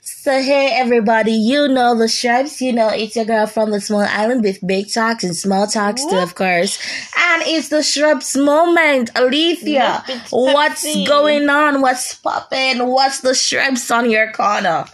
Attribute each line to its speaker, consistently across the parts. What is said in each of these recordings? Speaker 1: So hey everybody, you know the stripes. You know it's your girl from the small island with big talks and small talks too, of course. And it's the stripes moment, Alethea.
Speaker 2: Yep, it's
Speaker 1: What's
Speaker 2: Pepsi.
Speaker 1: going on? What's popping? What's the stripes on your corner?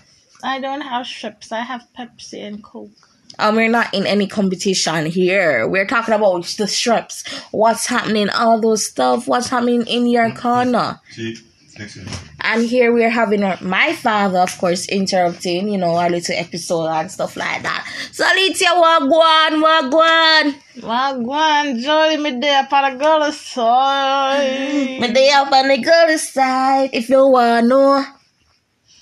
Speaker 2: I don't have strips. I have Pepsi and Coke.
Speaker 1: Um, we're not in any competition here. We're talking about the strips. What's happening? All those stuff. What's happening in your
Speaker 2: Mm-hmm.
Speaker 1: corner?
Speaker 3: See, next one.
Speaker 1: And here we're having our, my father, of course, interrupting, you know, our little episode and stuff like that. So, Alicia, wagwan, wagwan.
Speaker 2: Wagwan, Jolly, me there, Paragolo, soy.
Speaker 1: But they up on the girl side. If you want know.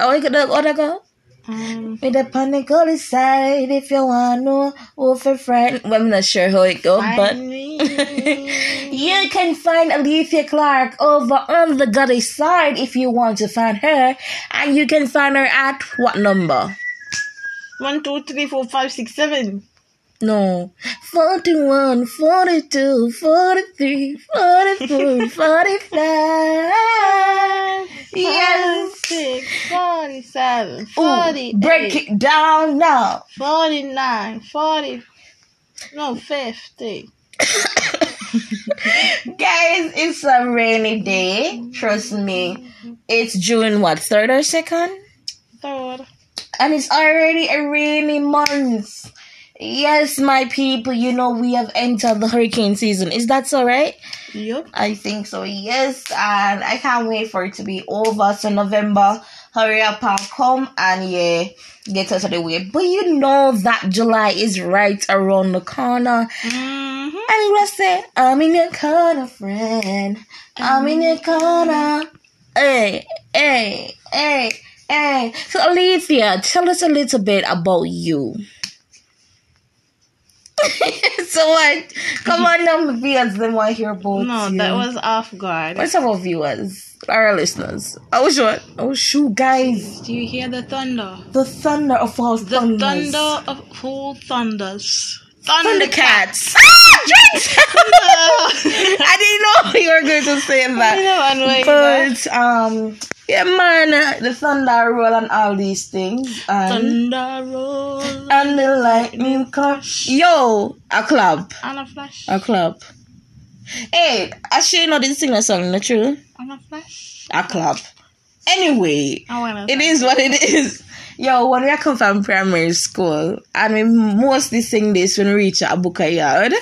Speaker 1: Oh, you could what I go?
Speaker 2: Um,
Speaker 1: Me the on the girl side. If you want know. Wolf and friend. Well, I'm not sure how it go,
Speaker 2: I
Speaker 1: but.
Speaker 2: need-
Speaker 1: You can find Alethea Clark over on the Gutty side if you want to find her. And you can find her at what number?
Speaker 2: One, two, three, four, five, six, seven.
Speaker 1: No. 41, 42, 43, 44, 45. Yes.
Speaker 2: Five, six, forty-seven,
Speaker 1: Ooh,
Speaker 2: forty-eight,
Speaker 1: break it down now.
Speaker 2: forty-nine, forty- No, fifty.
Speaker 1: Guys, it's a rainy day. Trust me. It's June, what, 3rd or 2nd?
Speaker 2: Third.
Speaker 1: and it's already a rainy month. Yes, my people, you know we have entered the hurricane season. Is that so, right?
Speaker 2: Yup.
Speaker 1: I think so, yes. And I can't wait for it to be over. So, November, hurry up and come and yeah, get out of the way. But you know that July is right around the corner.
Speaker 2: Mm-hmm.
Speaker 1: And you must say, I'm in your corner, friend. I'm in your corner. Hey, hey, hey, hey. So, Alethea, tell us a little bit about you. so what? Come on now, my viewers, they want to hear about
Speaker 2: No,
Speaker 1: you.
Speaker 2: that was off guard.
Speaker 1: What's our viewers? uh, Our listeners. Oh, sure. Oh, shoot, guys.
Speaker 2: Do you hear the thunder?
Speaker 1: The thunder of all
Speaker 2: The
Speaker 1: thunders.
Speaker 2: thunder of whole thunders.
Speaker 1: Thundercats. Ah, drinks!
Speaker 2: Thunder.
Speaker 1: I didn't know you were going to say that.
Speaker 2: You know, one way, you know.
Speaker 1: But um, yeah, man, uh, the thunder roll and all these things, and
Speaker 2: thunder roll
Speaker 1: and the lightning crash. Yo, a club,
Speaker 2: and a flash.
Speaker 1: a club. Hey, actually, not this sing a song, not true.
Speaker 2: And a flash.
Speaker 1: A club. Anyway,
Speaker 2: I wanna
Speaker 1: it is what it is. Yo, when we come from primary school, and we mostly sing this when we reach Abuka Yard,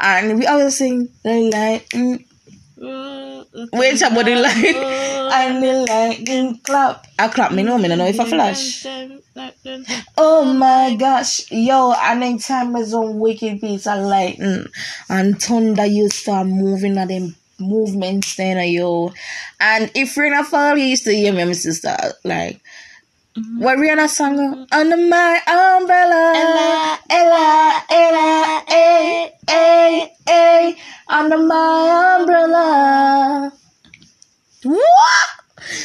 Speaker 1: and we always sing the lightning
Speaker 2: Roll, the
Speaker 1: Wait, somebody
Speaker 2: thunder
Speaker 1: like
Speaker 2: roll.
Speaker 1: and the lightning clap. I clap me no, me no know if I flash.
Speaker 2: Dun, dun, dun, dun.
Speaker 1: Oh my gosh, yo! And then time is on wicked beats and lightning mm, and thunder. You start moving at them movements, then uh, yo. And if Rihanna fall, you used to hear uh, me, my sister. Like what Rihanna song? uh, Under my umbrella,
Speaker 2: Ella,
Speaker 1: Ella, Ella, eh, eh, eh, under my umbrella. What?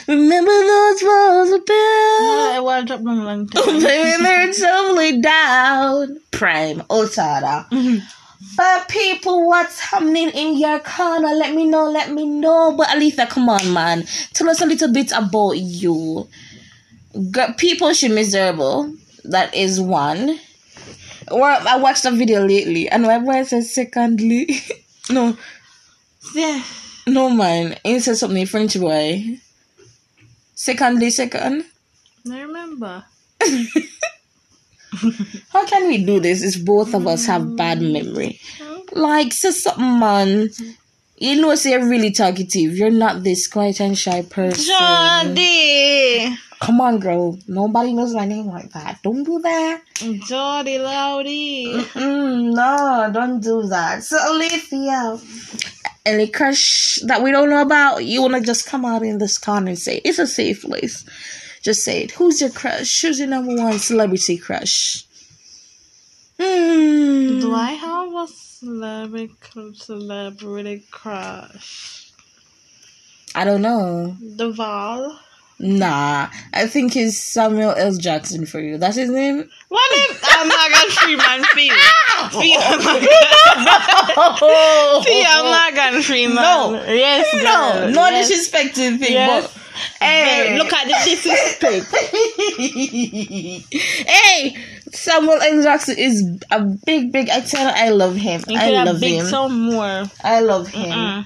Speaker 1: Remember those walls of
Speaker 2: Oh,
Speaker 1: Bill?
Speaker 2: I will drop them long time.
Speaker 1: Baby, they're totally down. Prime, Otada. But people, what's happening in your corner? Let me know, let me know. But Aletha, come on, man. Tell us a little bit about you. Girl, people should miserable. That is one. Well, I watched a video lately, and my boy said, secondly, no,
Speaker 2: Yeah.
Speaker 1: no, man. He said something French boy. Secondly, second.
Speaker 2: I remember.
Speaker 1: How can we do this? It's both of us have bad memory. Like, say something, man. You know, say you're really talkative. You're not this quiet and shy person.
Speaker 2: Jordy.
Speaker 1: Come on, girl. Nobody knows my name like that. Don't do that.
Speaker 2: Jordy Lowdy.
Speaker 1: Mm, no, don't do that. So, Olivia. And the crush that we don't know about, you want to just come out in this corner and say, it's a safe place. Just say it. Who's your crush? Who's your number one celebrity crush? Hmm.
Speaker 2: Do I have a celebrity celebrity crush?
Speaker 1: I don't know.
Speaker 2: Duval.
Speaker 1: Nah, I think he's Samuel L. Jackson for you. That's his name.
Speaker 2: What if I'm Morgan Freeman Fee? Fee
Speaker 1: Oh,
Speaker 2: Morgan Freeman.
Speaker 1: No.
Speaker 2: Yes,
Speaker 1: no,
Speaker 2: girl.
Speaker 1: Oh, no
Speaker 2: yes.
Speaker 1: disrespecting thing,
Speaker 2: Yes.
Speaker 1: but
Speaker 2: Hey,
Speaker 1: eh, Look at the disrespect. hey, Samuel L. Jackson is a big, big actor. I love him.
Speaker 2: you could
Speaker 1: I
Speaker 2: have
Speaker 1: love
Speaker 2: big
Speaker 1: him.
Speaker 2: some more.
Speaker 1: I love him.
Speaker 2: Mm.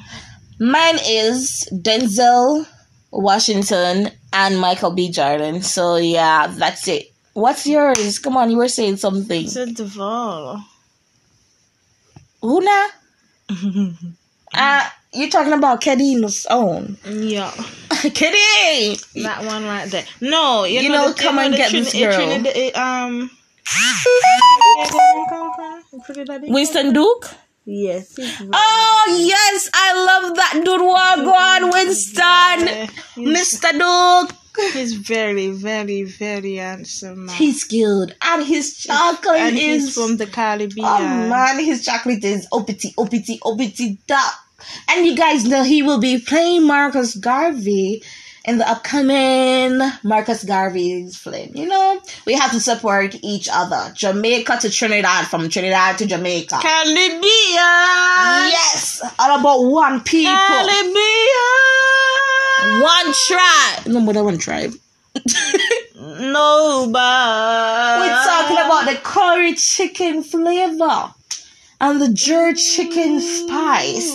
Speaker 1: Mine is Denzel Washington and Michael B. Jordan. So yeah, that's it. What's yours? Come on, you were saying something.
Speaker 2: It's a Duvall.
Speaker 1: Una, uh, you're talking about Kedim's own.
Speaker 2: yeah,
Speaker 1: Kedi!
Speaker 2: that one right there. No, you,
Speaker 1: You
Speaker 2: know,
Speaker 1: know,
Speaker 2: the-
Speaker 1: come
Speaker 2: you know
Speaker 1: and
Speaker 2: the
Speaker 1: get
Speaker 2: Trini-
Speaker 1: this girl.
Speaker 2: Trinidad- eh, um, where did it come from? You figured that it-
Speaker 1: Winston Duke?
Speaker 2: Yes. it's right.
Speaker 1: Oh, yes, I love that dude. Well, go on, Winston. Mr. Duke.
Speaker 2: Yeah, He's very, very, very handsome. man.
Speaker 1: He's good. And his chocolate
Speaker 2: and
Speaker 1: is.
Speaker 2: he's from the Caribbean.
Speaker 1: Oh man, his chocolate is opity, opity, opity duck. And you guys know he will be playing Marcus Garvey in the upcoming Marcus Garvey's film. You know, we have to support each other. Jamaica to Trinidad, from Trinidad to Jamaica.
Speaker 2: Caribbean.
Speaker 1: Yes, all about one people,
Speaker 2: Caribbean.
Speaker 1: one tribe. No, more than one tribe.
Speaker 2: No, but
Speaker 1: We're talking about the curry chicken flavor and the jerk chicken spice.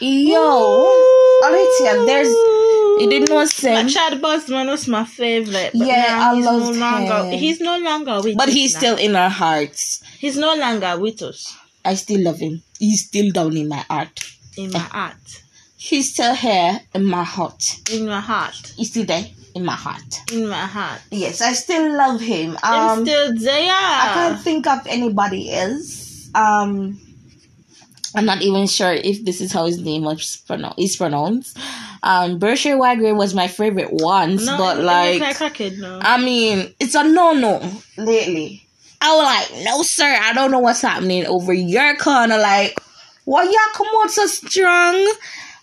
Speaker 1: Yo, Alicia, there's you didn't know
Speaker 2: My
Speaker 1: Sam,
Speaker 2: Chad Bosman was my favorite. But
Speaker 1: Yeah,
Speaker 2: now
Speaker 1: I
Speaker 2: he's
Speaker 1: loved
Speaker 2: no longer,
Speaker 1: him.
Speaker 2: He's no longer with
Speaker 1: but
Speaker 2: us
Speaker 1: he's
Speaker 2: now.
Speaker 1: still in our hearts.
Speaker 2: he's no longer with us
Speaker 1: I still love him. He's still down in my heart.
Speaker 2: in my
Speaker 1: Eh.
Speaker 2: heart,
Speaker 1: He's still here in my heart.
Speaker 2: in my heart,
Speaker 1: He's still there in my heart.
Speaker 2: in my heart.
Speaker 1: Yes, I still love him.
Speaker 2: I'm
Speaker 1: Um,
Speaker 2: still there.
Speaker 1: I can't think of anybody else. Um, I'm not even sure if this is how his name was pronou- is pronounced. Um, Berkshire Wagner was my favorite once,
Speaker 2: No,
Speaker 1: but
Speaker 2: it- it
Speaker 1: like,
Speaker 2: look like cricket, no.
Speaker 1: I mean, it's a no no lately. I was like, no, sir, I don't know what's happening over your corner. Like, why y'all come out so strong?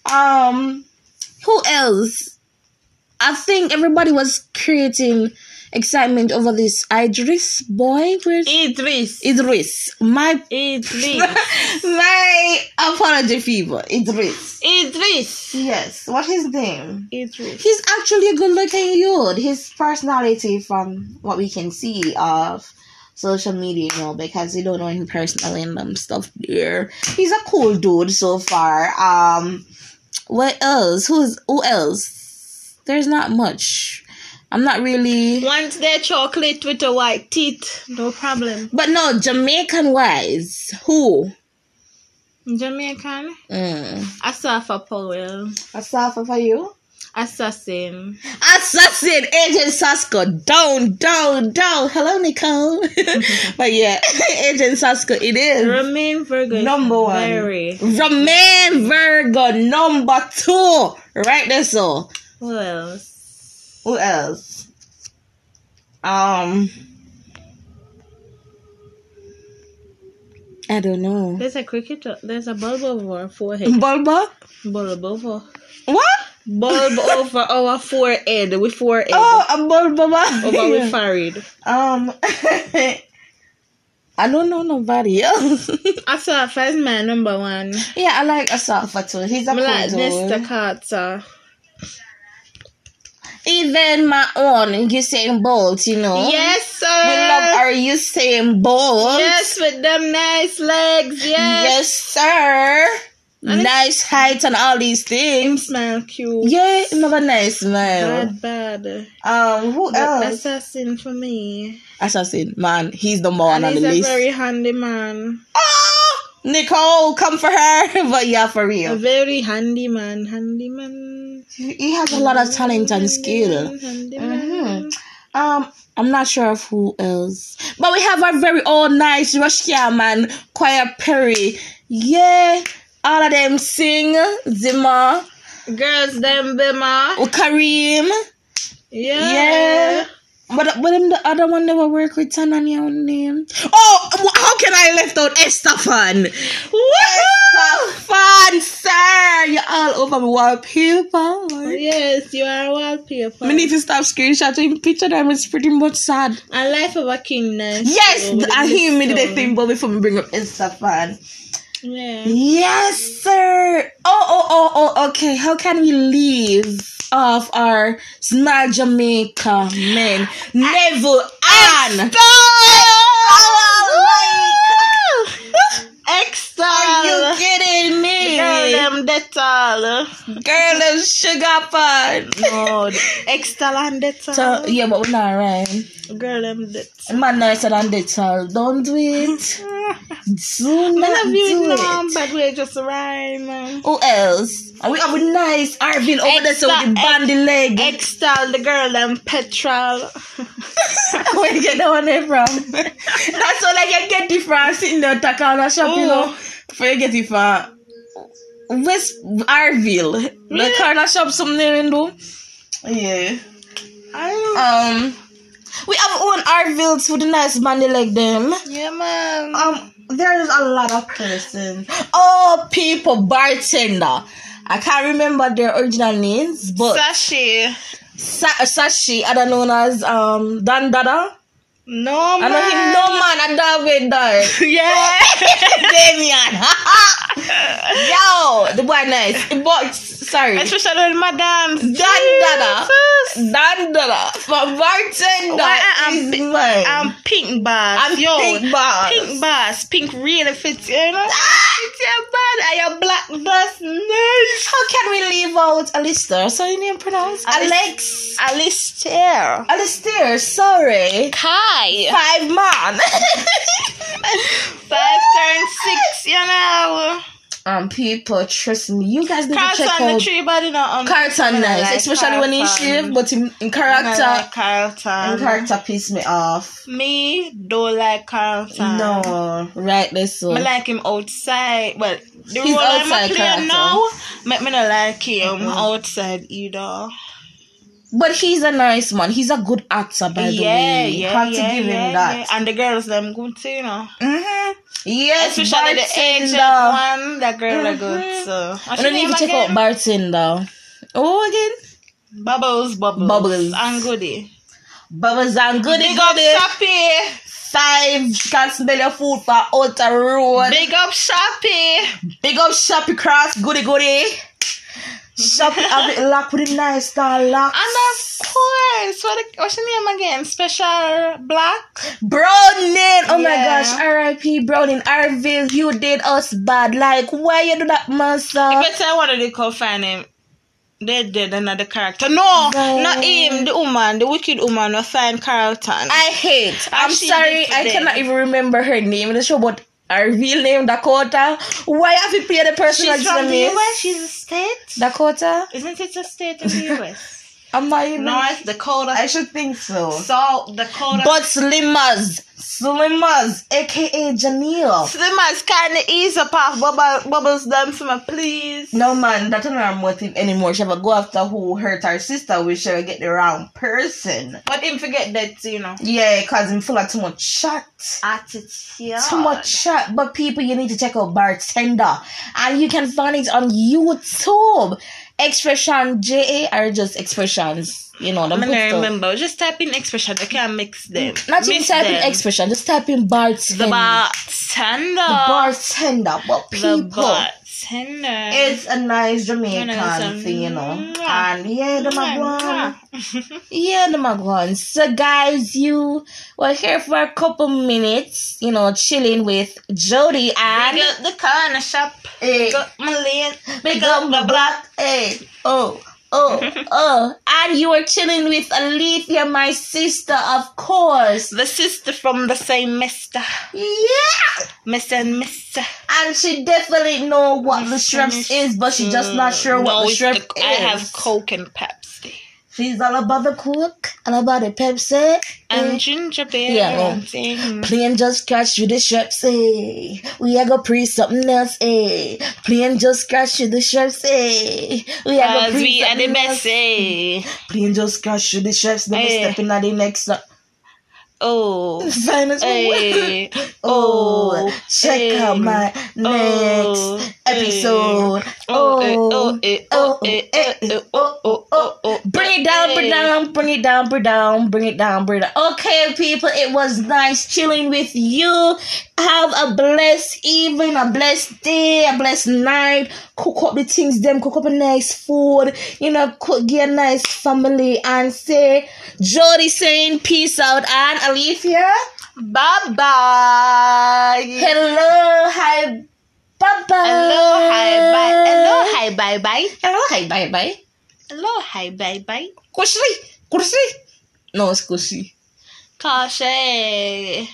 Speaker 1: Um, who else? I think everybody was creating excitement over this Idris boy. Where's
Speaker 2: Idris.
Speaker 1: Idris? My
Speaker 2: Idris.
Speaker 1: my apology fever. Idris.
Speaker 2: Idris.
Speaker 1: Yes. What's his name?
Speaker 2: Idris.
Speaker 1: He's actually a good looking dude. His personality, from what we can see of social media, you know, because we don't know him personally and um stuff there. He's a cool dude so far. Um, what else? Who's who else? There's not much. I'm not really.
Speaker 2: Want their chocolate with a white teeth. No problem.
Speaker 1: But no, Jamaican wise, who?
Speaker 2: Jamaican.
Speaker 1: Mm.
Speaker 2: Asafa Powell.
Speaker 1: Asafa for you.
Speaker 2: Assassin.
Speaker 1: Assassin Agent Sasko down, down, down. Hello, Nicole. but yeah, Agent Sasko, it is.
Speaker 2: Romain Virgo. is
Speaker 1: Number one.
Speaker 2: Very.
Speaker 1: Romain Virgo number two. Right there, so.
Speaker 2: Who else?
Speaker 1: Who else? Um. I don't know.
Speaker 2: There's a cricketer. There's a bulb over our forehead.
Speaker 1: Bulba?
Speaker 2: Bulb over.
Speaker 1: What?
Speaker 2: Bulb over our forehead. We forehead.
Speaker 1: Oh, a Bulba.
Speaker 2: Over we farid.
Speaker 1: Um. I don't know nobody else.
Speaker 2: Asafa is my number one.
Speaker 1: yeah, I like Asafa too. He's a
Speaker 2: I'm
Speaker 1: cool
Speaker 2: like
Speaker 1: dude.
Speaker 2: Mr. Carter.
Speaker 1: Even my own Usain Bolt, you know.
Speaker 2: Yes, sir.
Speaker 1: We love our Usain Bolt.
Speaker 2: Yes, with them nice legs. Yes.
Speaker 1: Yes, sir.
Speaker 2: And it's-
Speaker 1: nice height and all these
Speaker 2: Him
Speaker 1: things.
Speaker 2: smell cute.
Speaker 1: Yeah, another nice man.
Speaker 2: Bad, bad.
Speaker 1: Um, who
Speaker 2: The
Speaker 1: else?
Speaker 2: assassin for me.
Speaker 1: Assassin, man, he's the more
Speaker 2: And
Speaker 1: on the
Speaker 2: he's a
Speaker 1: list.
Speaker 2: very handy man.
Speaker 1: Ah, Nicole, come for her. but yeah, for
Speaker 2: A
Speaker 1: real,
Speaker 2: very handy man. Handy man.
Speaker 1: he has a lot of talent and skill.
Speaker 2: Handy man.
Speaker 1: Um, I'm not sure of who else, but we have our very own nice Russian man, Choir Perry. Yeah, all of them sing Zima,
Speaker 2: Girls, them
Speaker 1: Oh,
Speaker 2: bema.
Speaker 1: Kareem.
Speaker 2: Yeah.
Speaker 1: Yeah. But but him the other one never work with Tananya on name. Oh, wh- how can I left out Estefan? Estefan, sir, you're all over me wallpaper.
Speaker 2: Yes, you are wallpaper.
Speaker 1: Me need to stop screenshotting picture them. It's pretty much sad.
Speaker 2: A life of a king now.
Speaker 1: Yes,
Speaker 2: So, with
Speaker 1: I
Speaker 2: this
Speaker 1: hear me did
Speaker 2: stone.
Speaker 1: thing, but before me bring up Estefan.
Speaker 2: Yeah.
Speaker 1: Yes, sir. Oh, oh, oh, oh. Okay, how can we leave off our small Jamaica men? Neville Ann.
Speaker 2: Extra.
Speaker 1: Are you kidding me?
Speaker 2: Girl, um, them detal.
Speaker 1: Girl, them sugar pan.
Speaker 2: No, extra and detal.
Speaker 1: So, yeah, but we're not right.
Speaker 2: Girl, them detal.
Speaker 1: Man, nicer than this. all. Don't do it. Do
Speaker 2: I
Speaker 1: not
Speaker 2: love you in
Speaker 1: do
Speaker 2: a
Speaker 1: it.
Speaker 2: bad way, just rhyme.
Speaker 1: Who else? And we have a nice Arvin over there so we
Speaker 2: Extra,
Speaker 1: can band the leg.
Speaker 2: Extol the girl them petrol.
Speaker 1: Where you get that one there from? That's all I can get it from. Sitting there talking on a shop, you know. Oh. Before you get it from West Arville. The
Speaker 2: Really?
Speaker 1: corner shop somewhere in do. Yeah.
Speaker 2: I
Speaker 1: Um we have our own Arvilles for the nice bandy like them.
Speaker 2: yeah man.
Speaker 1: Um there's a lot of persons. Oh people bartender. I can't remember their original names, but
Speaker 2: Sashi.
Speaker 1: Sa- uh, Sashi, other known as um Dandada.
Speaker 2: No
Speaker 1: I
Speaker 2: man.
Speaker 1: know him no man I dog with die.
Speaker 2: Yeah.
Speaker 1: Damien. Yo, the boy nice. But sorry.
Speaker 2: Especially when madam.
Speaker 1: Dandada.
Speaker 2: Jesus.
Speaker 1: Dandada. For bartender
Speaker 2: Why uh, I am
Speaker 1: is
Speaker 2: bi-
Speaker 1: mine.
Speaker 2: I'm um, pink boss.
Speaker 1: I'm
Speaker 2: Yo,
Speaker 1: pink boss.
Speaker 2: Pink boss. Pink really fits you know. It's your bad. I your black boss. Nice.
Speaker 1: How can we leave out Alistair? So you name pronounced
Speaker 2: Alis-
Speaker 1: Alex.
Speaker 2: Alistair.
Speaker 1: Alistair, sorry.
Speaker 2: Kai.
Speaker 1: Five man.
Speaker 2: Five turn six, you know.
Speaker 1: um, people, trust me. You guys need to check
Speaker 2: Carlton the
Speaker 1: out
Speaker 2: tree body not on.
Speaker 1: Carlton
Speaker 2: Yeah,
Speaker 1: nice,
Speaker 2: like
Speaker 1: especially when he
Speaker 2: Carlton.
Speaker 1: shave, but in, in
Speaker 2: um, I
Speaker 1: character,
Speaker 2: like Carlton.
Speaker 1: in character piss me off.
Speaker 2: Me don't like Carlton.
Speaker 1: No, right this
Speaker 2: I
Speaker 1: one.
Speaker 2: like him outside. Well, the
Speaker 1: He's
Speaker 2: role I'm
Speaker 1: outside Mm-hmm.
Speaker 2: a player
Speaker 1: character.
Speaker 2: now, make me not like him outside either.
Speaker 1: but he's a nice man. He's a good actor, by the
Speaker 2: yeah,
Speaker 1: way.
Speaker 2: yeah,
Speaker 1: Have to
Speaker 2: yeah,
Speaker 1: give
Speaker 2: yeah,
Speaker 1: him that.
Speaker 2: yeah. And the girls them good too, you know.
Speaker 1: Mm-hmm. Yes,
Speaker 2: Especially the Asian
Speaker 1: bartender.
Speaker 2: one, that girl are good.
Speaker 1: Mhm.
Speaker 2: So. What's
Speaker 1: I
Speaker 2: your
Speaker 1: don't need
Speaker 2: name
Speaker 1: to check
Speaker 2: again?
Speaker 1: out bartender. Oh, again,
Speaker 2: Bubbles, bubbles,
Speaker 1: Bubbles.
Speaker 2: and goody.
Speaker 1: Bubbles and good.
Speaker 2: Big up Shoppy.
Speaker 1: Five can smell your food for outer road. Big,
Speaker 2: Big up Shoppy.
Speaker 1: up Shoppy Cross, goody goody. Shoppy have it locked with a nice star lock.
Speaker 2: And of course, what, what's your name again? Special Black?
Speaker 1: Browning, oh my
Speaker 2: Yeah.
Speaker 1: gosh, R.I.P. Browning, Arville, you did us bad. Like, why you do that, man, sir?
Speaker 2: Better I wanted to call find him. They're dead, another character. No,
Speaker 1: No.
Speaker 2: not him, the woman, the wicked woman, was find Carlton.
Speaker 1: I hate. I'm
Speaker 2: Actually,
Speaker 1: sorry,
Speaker 2: this
Speaker 1: I
Speaker 2: is
Speaker 1: cannot even remember her name in the show, but her real name Dakota. Why have you played the person
Speaker 2: She's
Speaker 1: that's
Speaker 2: from the
Speaker 1: name?
Speaker 2: US, she's a state.
Speaker 1: Dakota?
Speaker 2: Isn't it a state in the US?
Speaker 1: Am I even?
Speaker 2: North Dakota,
Speaker 1: should think so.
Speaker 2: South Dakota. But
Speaker 1: But Slimmers, Slimmers, aka Janelle.
Speaker 2: them as kind of ease up off bubble, bubbles them for me, please.
Speaker 1: No man, that's not her motive anymore. She ever go after who hurt her sister, we should get the wrong person.
Speaker 2: But him forget that, you know.
Speaker 1: Yeah, cause him full of too much chat.
Speaker 2: Attitude.
Speaker 1: too much chat, but people, you need to check out Bartender, and you can find it on YouTube. Expression JA are just expressions, you know. The
Speaker 2: I'm gonna
Speaker 1: stuff. Mm,
Speaker 2: remember. Just type in expression. I can't mix them.
Speaker 1: Not even
Speaker 2: Mix
Speaker 1: type in
Speaker 2: them.
Speaker 1: expression, just type in bartender.
Speaker 2: The bartender.
Speaker 1: The bartender, but people,
Speaker 2: The bartender.
Speaker 1: it's a nice
Speaker 2: You know,
Speaker 1: Jamaican
Speaker 2: some-
Speaker 1: thing, you know.
Speaker 2: Mwah.
Speaker 1: And yeah, the magwan.
Speaker 2: Mwah.
Speaker 1: Yeah, the magwan. So, guys, you were here for a couple minutes, you know, chilling with Jody and.
Speaker 2: Big up the corner shop.
Speaker 1: Eh,
Speaker 2: Big up my lane.
Speaker 1: Big up my block. Hey, oh, oh, oh. And you were chilling with Alethea, my sister, of course.
Speaker 2: The sister from the same mister.
Speaker 1: Yeah!
Speaker 2: Mister and mister.
Speaker 1: And she definitely know what the shrimps is, but she just not sure what
Speaker 2: No,
Speaker 1: the
Speaker 2: it's
Speaker 1: shrimp
Speaker 2: Mm, the-
Speaker 1: is. Mm.
Speaker 2: I have Coke and Pepsi.
Speaker 1: She's all about the cook, all about the Pepsi.
Speaker 2: And
Speaker 1: eh.
Speaker 2: ginger beer.
Speaker 1: Yeah, well,
Speaker 2: and thing.
Speaker 1: Playing just scratch with the shrimps, eh. We are gonna pre something else, eh. Playing just scratch with the shrimps, eh. We are gonna
Speaker 2: Cause
Speaker 1: pre
Speaker 2: we are the
Speaker 1: something else.
Speaker 2: best, eh?
Speaker 1: Playing just scratch with the shrimps, never
Speaker 2: Eh.
Speaker 1: stepping at the next. up.
Speaker 2: Oh.
Speaker 1: finest
Speaker 2: Hey.
Speaker 1: Oh,
Speaker 2: Oh,
Speaker 1: check
Speaker 2: hey.
Speaker 1: out my next
Speaker 2: Oh, hey.
Speaker 1: episode.
Speaker 2: Oh, eh, oh, eh, oh, eh, eh, eh, oh, oh, oh, oh,
Speaker 1: Bring it down, bring it down, bring it down, bring it down, bring it down, bring it down. Okay, people, it was nice chilling with you. Have a blessed evening, a blessed day, a blessed night. Cook up the things, them, cook up a nice food, you know, cook get a nice family and say, Jody saying peace out and Alethea.
Speaker 2: Bye bye.
Speaker 1: Hello, hi, bye bye.
Speaker 2: Hello, hi, bye. Hello,
Speaker 1: Uh,
Speaker 2: hi, bye, bye.
Speaker 1: Hello, hi, bye bye.
Speaker 2: Hello, hi, bye, bye.
Speaker 1: Kushi, kushi. No, it's kushi.
Speaker 2: Caution.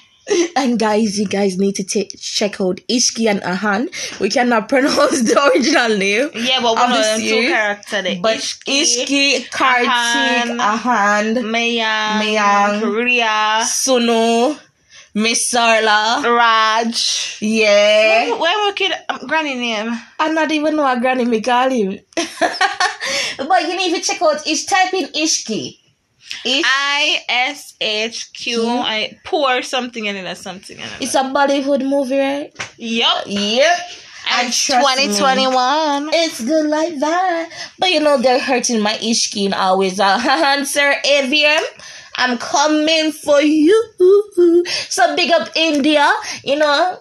Speaker 1: And guys, you guys need to ta- check out Ishki and Ahan. We cannot pronounce the original name.
Speaker 2: Yeah, but one
Speaker 1: Of
Speaker 2: of
Speaker 1: the
Speaker 2: them two
Speaker 1: series,
Speaker 2: characters. the
Speaker 1: But
Speaker 2: Ishki,
Speaker 1: Ishki, Kartik,
Speaker 2: Ahan,
Speaker 1: Ahan,
Speaker 2: Mayang,
Speaker 1: Mayang,
Speaker 2: Korea,
Speaker 1: Sunu, Miss Sarla.
Speaker 2: Raj.
Speaker 1: Yeah.
Speaker 2: When, when we kid um, granny name?
Speaker 1: I not even know what granny me call him. but you need to check out Ish type in Ishki. Ish
Speaker 2: I S H Q I pour something in it or something in it.
Speaker 1: it's a Bollywood movie, right?
Speaker 2: Yup.
Speaker 1: Yep. And trust me. It's good like that. But you know, they're hurting my ishkin always. Uh, Sir Avian, I'm coming for you. So big up India. You know,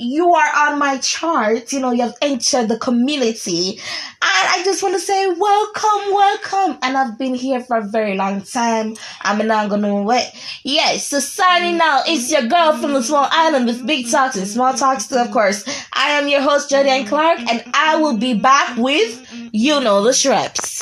Speaker 1: you are on my chart. You know, you have entered the community. And I just want to say, welcome, welcome. And I've been here for a very long time. I'm not going to wait. Yes, so signing out. It's your girl from the small island with big talks and small talks, too, of course. I am your host, Jody and Clark, and I will be back with You Know the Shreps.